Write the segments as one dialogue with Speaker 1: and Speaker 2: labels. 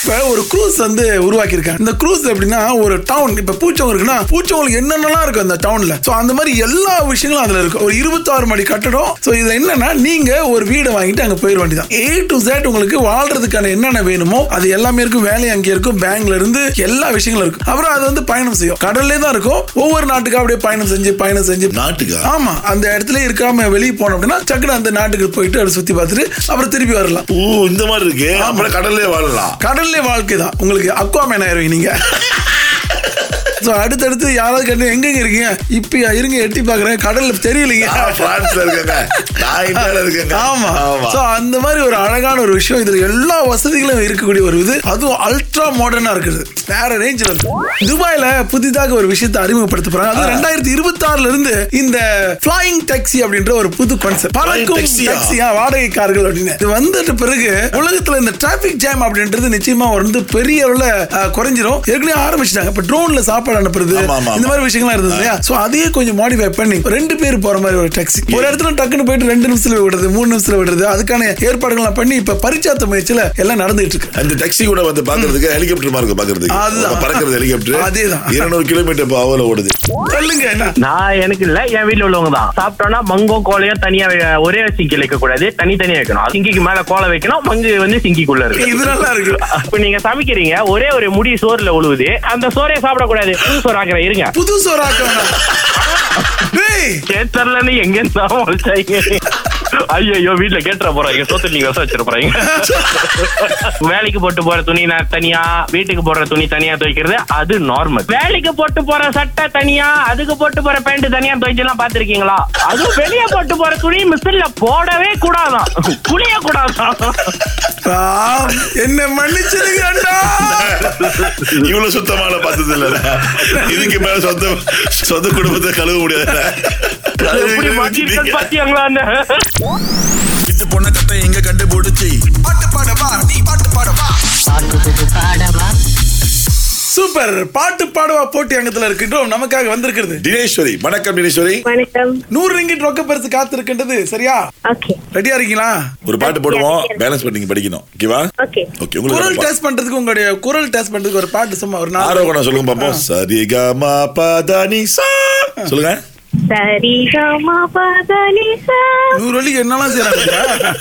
Speaker 1: இப்ப ஒரு க்ரூஸ் வந்து உருவாக்கியிருக்காங்க இந்த க்ரூஸ் எப்படின்னா ஒரு டவுன் இப்ப பூச்சவங்க இருக்குன்னா பூச்சவங்களுக்கு என்னென்னலாம் இருக்கும் அந்த டவுன்ல சோ அந்த மாதிரி எல்லா விஷயங்களும் அதுல இருக்கும் ஒரு இருபத்தாறு மாடி கட்டடம் சோ இதுல என்னன்னா நீங்க ஒரு வீடு வாங்கிட்டு அங்க போயிட வேண்டியதான் ஏ டு Z உங்களுக்கு வாழ்றதுக்கான என்னென்ன வேணுமோ அது எல்லாமே இருக்கும் வேலை அங்கே இருக்கும் பேங்க்ல இருந்து எல்லா விஷயங்களும் இருக்கும் அப்புறம் அது வந்து பயணம் செய்யும் கடல்லே தான் இருக்கும் ஒவ்வொரு நாட்டுக்கு அப்படியே பயணம் செஞ்சு பயணம் செஞ்சு
Speaker 2: நாட்டுக்கா
Speaker 1: ஆமா அந்த இடத்துல இருக்காம வெளியே போனோம் அப்படின்னா டக்குனு அந்த நாட்டுக்கு போயிட்டு அதை சுத்தி பார்த்துட்டு அப்புறம் திருப்பி வரலாம்
Speaker 2: ஓ இந்த மாதிரி இருக்கு அப்புறம் கடல்லே வாழலாம்
Speaker 1: கடல்ல வாழ்க்கை தான் உங்களுக்கு அக்வாமேன் ஆயிருவீங்க நீங்க ஸோ அடுத்தடுத்து யாராவது கேட்டு எங்கெங்க இருக்கீங்க இப்பயா இருங்க எட்டி பார்க்குறேன் கடல்ல தெரியலைங்க
Speaker 2: நான் பிரான்ஸ்ல இருக்கேங்க நான் இந்தியால இருக்கேங்க
Speaker 1: ஆமா சோ அந்த மாதிரி ஒரு அழகான ஒரு விஷயம் இதுல எல்லா வசதிகளும் இருக்கக்கூடிய ஒரு இது அதுவும் அல்ட்ரா மாடர்னா இருக்குது வேற ரேஞ்சில் இருக்கு துபாயில புதிதாக ஒரு விஷயத்தை அறிமுகப்படுத்த போறாங்க அது ரெண்டாயிரத்தி இருபத்தி ஆறுல இருந்து இந்த ஃபிளையிங் டாக்ஸி அப்படின்ற ஒரு புது கான்செப்ட் பறக்கும்
Speaker 2: taxi-யா?
Speaker 1: டாக்ஸியா வாடகை கார்கள் அப்படின்னு இது வந்துட்ட பிறகு உலகத்துல இந்த டிராபிக் ஜாம் அப்படின்றது நிச்சயமா வந்து பெரிய அளவுல அஹ், குறைஞ்சிரும் ஏற்கனவே ஆரம்பிச்சிட்டாங்க இப்ப ட்ரோன்ல சாப்பாடு அனுப்புறது
Speaker 2: ஆமா, ஆமா,
Speaker 1: இந்த மாதிரி
Speaker 2: ஆமா.
Speaker 1: விஷயங்கள்லாம் இருந்தது இல்லையா சோ அதையே கொஞ்சம் மாடிஃபை பண்ணி ரெண்டு பேர் போற மாதிரி ஒரு டாக்ஸி ஒரு இடத்துல டக்குன்னு போயிட்டு ரெண்டு நிமிஷத்துல விடுறது மூணு நிமிஷத்துல விடுறது அதுக்கான ஏற்பாடுகள்லாம் பண்ணி இப்ப பரிச்சாத்த முயற்சியில எல்லாம் நடந்துட்டு இருக்கு
Speaker 2: அந்த டாக்ஸி கூட வந்து பாக்குறதுக்கு ஹெலிகாப்டர் மாதிரி இருக்கு பாக்குறதுக்கு
Speaker 1: அதுதான்.
Speaker 2: பறக்கிறது ஹெலிகாப்டர்
Speaker 1: அதேதான்.
Speaker 2: இருநூறு கிலோமீட்டர் அவர்ல ஓடுது
Speaker 1: சொல்லுங்க என்ன
Speaker 3: நான் எனக்கு இல்ல என் வீட்ல உள்ளவங்க தான் சாப்பிட்டோம்னா மங்கோ கோலையும் தனியா வை- ஒரே சிங்கில வைக்க கூடாது தனித்தனியா வைக்கணும் சிங்கிக்கு மேல கோலை வைக்கணும் மங்கு வந்து சிங்கிக்குள்ள இருக்கு
Speaker 1: இது நல்லா இருக்கு
Speaker 3: இப்ப நீங்க சமைக்கிறீங்க ஒரே ஒரு முடி சோறுல உழுவுது அந்த சோறையை சாப்பிடக்கூடாது புது சோறு ஆக்குறேன் இருங்க
Speaker 1: புது சோறாக்க வேணாம். டேய்,
Speaker 3: கேட்டர்லன்னு எங்க இருந்தாலும் உழைச்சாங்க ஐயோ வீட்டுல கேட்டுற போறாங்க சோத்து நீங்க வச வச்சிட போறீங்க வேலைக்கு போட்டு போற துணி நான் தனியா வீட்டுக்கு போடுற துணி தனியா துவைக்கிறது அது நார்மல் வேலைக்கு போட்டு போற சட்டை தனியா அதுக்கு போட்டு போற பேண்ட் தனியா துவைச்செல்லாம் பாத்திருக்கீங்களா அதுவும் வெளிய போட்டு போற துணி மிஷின்ல போடவே கூடாதான் குளிய கூடாதான்
Speaker 1: ராம், என்னை மன்னிச்சிருங்க அண்ணா.
Speaker 2: இவ்வளவு சுத்தமான பார்த்தது இல்ல இதுக்கு மேல சொந்த சொந்த குடும்பத்தை கழுவ முடியாது
Speaker 3: எப்படி மாத்திருக்கேன் பாத்தீங்களா
Speaker 2: வித்து பொண்ண கட்ட எங்க கண்டுபிடிச்சி
Speaker 1: சூப்பர் பாட்டு பாடுவா போட்டி அங்கத்துல இருக்கின்றோம் நமக்காக வந்திருக்கிறது
Speaker 2: தினேஸ்வரி வணக்கம் தினேஸ்வரி
Speaker 4: வணக்கம்
Speaker 1: நூறு ரிங்கிட் ரொக்க பரிசு காத்திருக்கின்றது சரியா
Speaker 4: ஓகே
Speaker 1: ரெடியா இருக்கீங்களா
Speaker 2: ஒரு பாட்டு போடுவோம் பேலன்ஸ் பண்ணி நீங்க படிக்கணும் ஓகேவா
Speaker 4: ஓகே
Speaker 2: ஓகே
Speaker 1: குரல்
Speaker 2: உங்களுக்கு
Speaker 1: டெஸ்ட் பண்றதுக்கு உங்களுடைய குரல் டெஸ்ட் பண்றதுக்கு ஒரு பாட்டு சும்மா ஒரு நாலு
Speaker 2: ஆரோகணம் சொல்லுங்க பாப்போம் சரிகமா பதானி சா சொல்லுங்க
Speaker 4: சரி கமா பதனிசா
Speaker 1: நூறு வழிக்கு என்னெல்லாம் செய்யறாங்க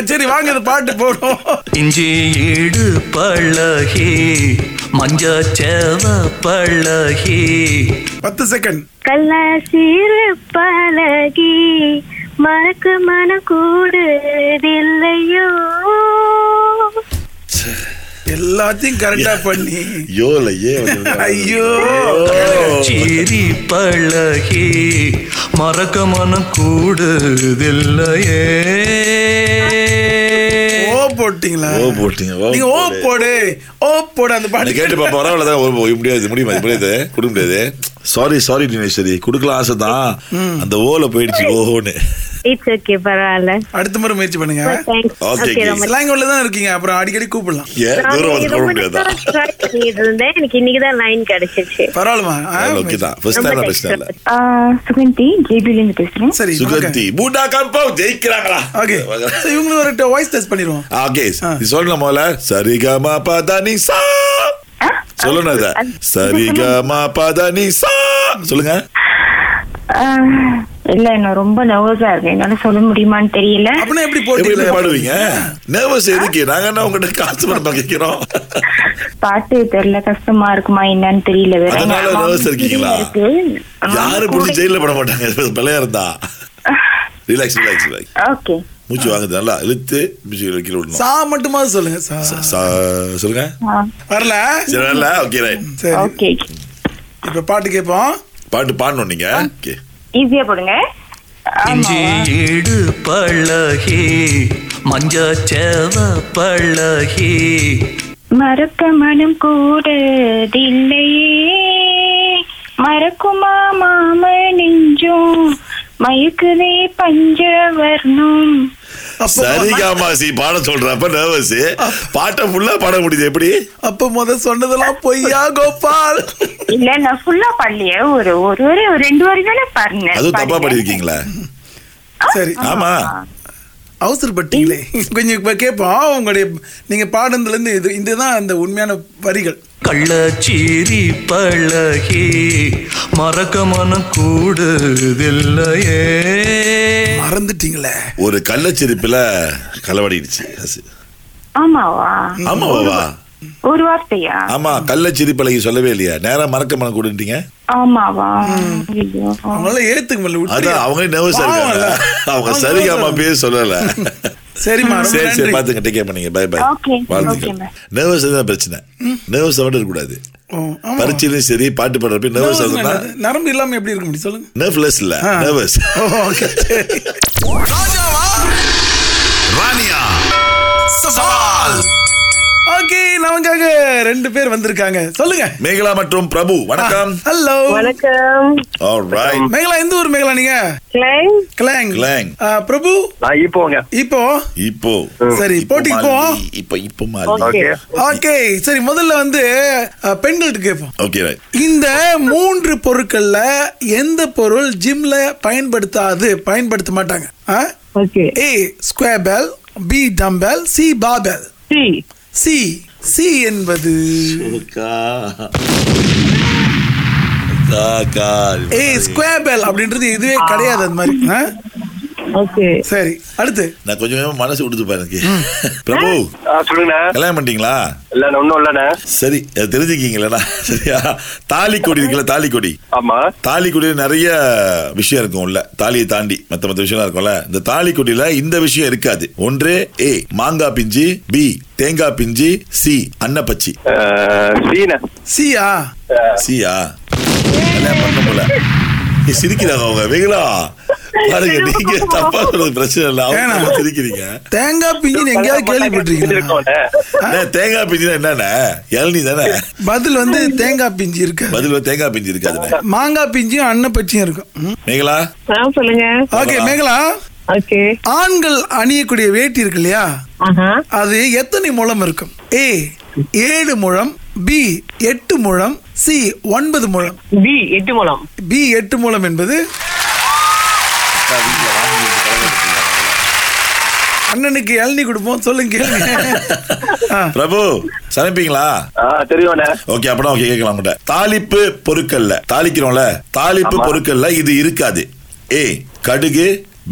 Speaker 1: சரி வாங்க இந்த பாட்டு போடும்
Speaker 5: இஞ்சி ஈடு பழகி மஞ்ச சேவ பழகி
Speaker 1: பத்து செகண்ட்
Speaker 4: கல்லாசிறு பழகி மறக்க மன கூடுதில்லையோ
Speaker 1: எல்லாத்தையும் கரெக்டா பண்ணி
Speaker 2: யோல ஏ
Speaker 1: ஐயோ
Speaker 5: சீரி பழகி மறக்க மனம் கூடுதில்லையே
Speaker 1: ஓ போட்டீங்களா
Speaker 2: ஓ போட்டீங்க ஓ
Speaker 1: நீங்க ஓ
Speaker 2: போடு.
Speaker 1: போடு ஓ போடு அந்த
Speaker 2: நான்
Speaker 1: பாட்டு
Speaker 2: கேட்டு பாப்பா பரவாயில்ல தான் ஒரு- ஒரு முடியாது முடியுமா இது முடியாது கொடுக்க முடியாது சாரி சாரி தினேஸ்வரி கொடுக்கலாம் ஆசை தான் அந்த ஓல போயிடுச்சு ஓஹோன்னு
Speaker 4: இட்ஸ் ஓகே பரவாயில்ல
Speaker 1: அடுத்த முறை முயற்சி பண்ணுங்க
Speaker 4: தேங்க்ஸ்
Speaker 2: Okay,
Speaker 4: ஓகே
Speaker 2: okay.
Speaker 4: ரொம்ப
Speaker 1: ஸ்லாங் உள்ள தான் இருக்கீங்க அப்புறம் அடிக்கடி கூப்பிடலாம்
Speaker 2: ஏன் தூரம் வந்து போட முடியாதா
Speaker 4: ட்ரை பண்ணிட்டு இருந்தேன் எனக்கு இன்னைக்கு தான் லைன் கிடைச்சிச்சு
Speaker 1: பரவாயில்லமா
Speaker 2: ஓகே தான் ஃபர்ஸ்ட்
Speaker 4: ரொம்ப
Speaker 2: டைம்
Speaker 4: thanks.
Speaker 2: பிரச்சனை இல்லை
Speaker 6: சுகந்தி ஜேபிலிருந்து பேசுறேன்
Speaker 1: சரி
Speaker 2: சுகந்தி பூண்டா கம்பா ஜெயிக்கிறாங்களா
Speaker 1: ஓகே இவங்களுக்கு ஒரு வாய்ஸ் டெஸ்ட் பண்ணிடுவோம்
Speaker 2: ஓகே
Speaker 1: ஆ.
Speaker 2: நீ சொல்லணும் முதல்ல சரிகமா பதானி சா சொல்லணும் இத சரிகமா பதானி சா சொல்லுங்க
Speaker 6: இல்ல நான் ரொம்ப நர்வஸா இருக்கேன் என்னால சொல்ல முடியுமான்னு தெரியல
Speaker 1: அப்படின்னா எப்படி
Speaker 2: எப்படி எப்படி பாடுவீங்க
Speaker 1: போட்டீங்க
Speaker 2: நர்வஸ் எதுக்கு நாங்க என்ன உங்ககிட்ட காசு பண்ண கேட்கிறோம்
Speaker 6: பாட்டு தெரியல கஷ்டமா இருக்குமா என்னன்னு தெரியல வேற
Speaker 2: அதனால
Speaker 6: ஆமா,
Speaker 2: nervous இருக்கீங்களா?
Speaker 6: இருக்கு. ஆமா,
Speaker 2: யாரு
Speaker 6: கூட-
Speaker 2: பிடிச்சி ஜெயில போட மாட்டாங்க பிள்ளையா இருந்தா ரிலாக்ஸ் ரிலாக்ஸ் ரிலாக்ஸ்
Speaker 6: ஓகே
Speaker 2: மூச்சு வாங்குது நல்லா இழுத்து மூச்சு கீழே விடணும்
Speaker 1: சா மட்டுமா சொல்லுங்க சா.
Speaker 2: ச- ச- சொல்லுங்க
Speaker 6: ஆ,
Speaker 1: வரல
Speaker 2: சரி வரல ஓகே ரைட்
Speaker 1: சரி
Speaker 6: ஓகே
Speaker 1: இப்ப பாட்டு கேட்போம்
Speaker 2: பாட்டு பாடணும் நீங்க ஓகே
Speaker 6: ஈஸியா போடுங்க ஆமா.
Speaker 5: இஞ்சி ஈடு பழகி மஞ்ச சேவ பழகி
Speaker 6: மறக்க மனம் கூடுதில்லையே மறக்குமா மாம நெஞ்சும் மயக்குதே பஞ்சவர்ணம்
Speaker 1: அப்போ-
Speaker 2: சரிகாமாசி பாட சொல்றப்ப நர்வஸ் பாட்டை ஃபுல்லா பாட முடியுது எப்படி
Speaker 1: அப்ப முத சொன்னதெல்லாம் பொய்யா கோபால்
Speaker 6: இல்ல நான் ஃபுல்லா பண்ணலையே ஒரு ஒரு ஒரு ரெண்டு வரி தானே பாருங்க
Speaker 2: அதுவும் தப்பா பாடிருக்கீங்களா
Speaker 1: சரி
Speaker 2: ஆமா
Speaker 1: அவசரப்பட்டீங்களே கொஞ்சம் இப்போ கேட்போம் உங்களுடைய நீங்க பாடுனதுலேருந்து இது இதுதான் அந்த உண்மையான வரிகள்
Speaker 5: கள்ளச்சீரி பழகி மறக்க மனம் கூடுதில்லையே
Speaker 1: மறந்துட்டீங்களே
Speaker 2: ஒரு கள்ளச்சிரிப்புல களவடிடுச்சு
Speaker 6: ஆமாவா
Speaker 2: ஆமாவா
Speaker 6: ஒரு வார்த்தையா
Speaker 2: ஆமா கள்ளச்சிரிப்பலகி சொல்லவே இல்லையா நேரா மறக்க மனம் கொடுட்டீங்க
Speaker 6: ஆமாவா ஐயோ
Speaker 1: அவங்களால ஏத்துக்க முடியல விட்டுருங்க.
Speaker 2: அதான் அவங்க நர்வஸா இருக்காங்க
Speaker 1: பாவம்ல.
Speaker 2: அவங்க
Speaker 1: அவங்க
Speaker 2: சரிகாமா
Speaker 1: nervous ஆ
Speaker 2: பேர் சொல்லல
Speaker 1: சரிம்மா ரொம்ப
Speaker 2: சரி சரி
Speaker 1: நன்றி.
Speaker 2: பாத்துங்க டேக் பண்ணீங்க பை பை
Speaker 6: Okay, okay,
Speaker 2: வாழ்த்துக்கள்
Speaker 6: ma'am.
Speaker 2: நர்வஸ் தான் பிரச்சனை நர்வஸ் மட்டும் இருக்கக்கூடாது
Speaker 1: ஓ, ஆமா.
Speaker 2: பரீட்சையிலும் சரி பாட்டு பாடுறப்ப நர்வஸ்
Speaker 1: nervous
Speaker 2: இருந்தா
Speaker 1: இல்ல. நரம்பு இல்லாம எப்படி இருக்க முடியும் சொல்லுங்க
Speaker 2: நர்வ்லெஸ் இல்ல
Speaker 1: ஆ.
Speaker 2: நர்வஸ்
Speaker 1: ஓ, okay, சரி.
Speaker 7: ராணியா சவால்
Speaker 1: Okay, நமக்காக ரெண்டு பேர் வந்திருக்காங்க சொல்லுங்க
Speaker 2: மேகலா மற்றும் பிரபு வணக்கம்
Speaker 1: ஹலோ
Speaker 4: வணக்கம்
Speaker 2: ஆல்ரைட்
Speaker 1: மேகலா எந்த ஊர் மேகலா நீங்க
Speaker 4: கிளைம்
Speaker 1: கிளாங்
Speaker 2: கிளாங்.
Speaker 1: ஆ, பிரபு
Speaker 3: நான் இப்போங்க
Speaker 1: இப்போ
Speaker 2: இப்போ
Speaker 1: சரி
Speaker 2: இப்போ
Speaker 1: போட்டிக்கு போவோம்
Speaker 2: மாலி, இப்போ இப்போ மாலி
Speaker 4: Okay.
Speaker 1: ஓகே சரி முதல்ல வந்து அ, பெண்கள்கிட்ட கேட்போம்
Speaker 2: ஓகே ரைட்
Speaker 1: இந்த மூன்று பொருட்கள்ல எந்த பொருள் ஜிம்ல பயன்படுத்தாது பயன்படுத்த மாட்டாங்க ஆ?
Speaker 4: Okay
Speaker 1: A square bell B dumbbell C barbell
Speaker 4: C
Speaker 1: C C என்பது
Speaker 2: அக்கா அக்கா, அக்கா
Speaker 1: ஏ ஸ்கொயர் பெல் அப்படின்றது இதுவே கிடையாது அது மாதிரி ஆ?
Speaker 4: ஓகே
Speaker 1: சரி அடுத்து
Speaker 2: நான் கொஞ்சம் கொஞ்சமா மனசு விடுது பாருங்க பிரபு
Speaker 3: சொல்லுங்கண்ணா
Speaker 2: கல்யாணம் பண்ணிட்டீங்களா
Speaker 3: இல்ல ஒண்ணும் இல்லண்ணா
Speaker 2: சரி அதை தெரிஞ்சுக்கிங்களா சரியா தாலி கொடி இருக்குல்ல தாலி கொடி
Speaker 3: ஆமா
Speaker 2: தாலி கொடியில நிறைய விஷயம் இருக்கும் உள்ள தாலியை தாண்டி மத்த மத்த விஷயம் இருக்கும்ல இந்த தாலி கொடியில இந்த விஷயம் இருக்காது ஒன்று ஏ மாங்காய் பிஞ்சு பி தேங்காய் பிஞ்சு சி அன்னப்பச்சி
Speaker 3: சீன
Speaker 1: சியா
Speaker 2: சியா கல்யாணம் பண்ண போல நீ சிரிக்கிறாங்க அவங்க வெகுலா பாருங்க நீங்க தப்பா சொல்றது பிரச்சனை இல்லை அவங்க
Speaker 1: ஏன்னா?
Speaker 2: தப்பா சிரிக்கிறீங்க
Speaker 1: தேங்காய் பிஞ்சின்னு எங்கேயாவது கேள்விப்பட்டிருக்கீங்களா
Speaker 2: அண்ணே, தேங்காய் பிஞ்சுனா என்னண்ணே இளநீ தானே
Speaker 1: பதில் வந்து தேங்காய் பிஞ்சு இருக்கு
Speaker 2: பதில் தேங்காய் பிஞ்சு இருக்காதுண்ணே
Speaker 1: மாங்காய் பிஞ்சும் அன்னப்பச்சியும் இருக்கும் ம்.
Speaker 2: மேகலா
Speaker 4: ஆ சொல்லுங்க
Speaker 1: ஓகே மேகலா
Speaker 4: ஓகே
Speaker 1: ஆண்கள் அணியக்கூடிய வேட்டி இருக்கு இல்லையா
Speaker 4: ஆஹா
Speaker 1: அது எத்தனை முழம் இருக்கும் ஏ ஏழு முழம் பி எட்டு முழம் சி ஒன்பது முழம்
Speaker 4: பி எட்டு மூலம்
Speaker 1: பி எட்டு முழம் என்பது அண்ணனுக்கு இளநி கொடுப்போம் சொல்லுங்க கேளுங்க ஆ,
Speaker 2: பிரபு சமைப்பீங்களா
Speaker 3: தெரியும்ண்ணா
Speaker 2: ஓகே அப்பனா ஓகே கேட்கலாம் உங்கள்ட்ட. தாளிப்பு பொருட்கள்ல தாளிக்கிறோம்ல தாளிப்பு
Speaker 3: ஆமா.
Speaker 2: பொருட்கள்ல இது இருக்காது ஏ கடுகு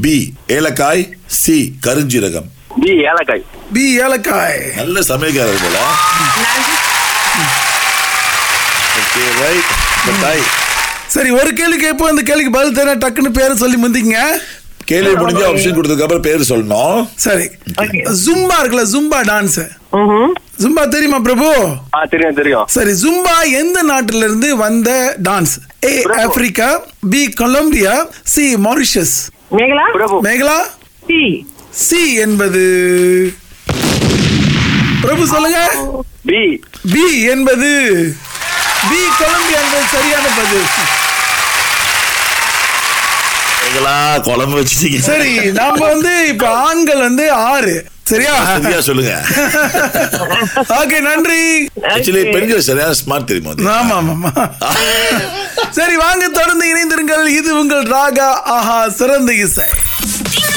Speaker 2: பி ஏலக்காய் சி கருஞ்சீரகம்
Speaker 3: பி ஏலக்காய்
Speaker 1: பி ஏலக்காய்
Speaker 2: நல்ல சமையல்காரர் போல ஓகே ரைட் தாய்
Speaker 1: சரி ஒரு கேள்வி கேட்போம் இந்த கேள்விக்கு பதில் தர டக்குன்னு பேரை சொல்லி முந்திங்க
Speaker 2: கேள்வி முடிஞ்சு ஆப்ஷன் கொடுத்ததுக்கு அப்புறம் பேர் சொல்லணும்
Speaker 1: சரி ஜும்பா இருக்குல்ல ஜும்பா டான்ஸ்
Speaker 4: ம்
Speaker 1: ஜும்பா தெரியுமா பிரபு
Speaker 3: ஆ தெரியும் தெரியும்
Speaker 1: சரி ஜும்பா எந்த நாட்டில இருந்து வந்த dance A Africa B Colombia C Mauritius
Speaker 4: Megala
Speaker 3: Prabhu
Speaker 1: Megala
Speaker 4: C
Speaker 1: C என்பது பிரபு சொல்லுங்க
Speaker 3: பி
Speaker 1: பி என்பது பி கொலம்பியா என்பது சரியான பதில்
Speaker 2: கேட்கலா குழம்பு வச்சுட்டீங்க
Speaker 1: சரி நாம வந்து இப்ப ஆண்கள் வந்து ஆறு சரியா
Speaker 2: சரியா சொல்லுங்க
Speaker 1: ஓகே நன்றி
Speaker 2: ஆக்சுவலி பெண்கள் சரியா ஸ்மார்ட் தெரியுமா அது?
Speaker 1: ஆமா ஆமா ஆமா. சரி வாங்க தொடர்ந்து இணைந்திருங்கள் இது உங்கள் ராகா ஆஹா சிறந்த இசை
Speaker 8: Ding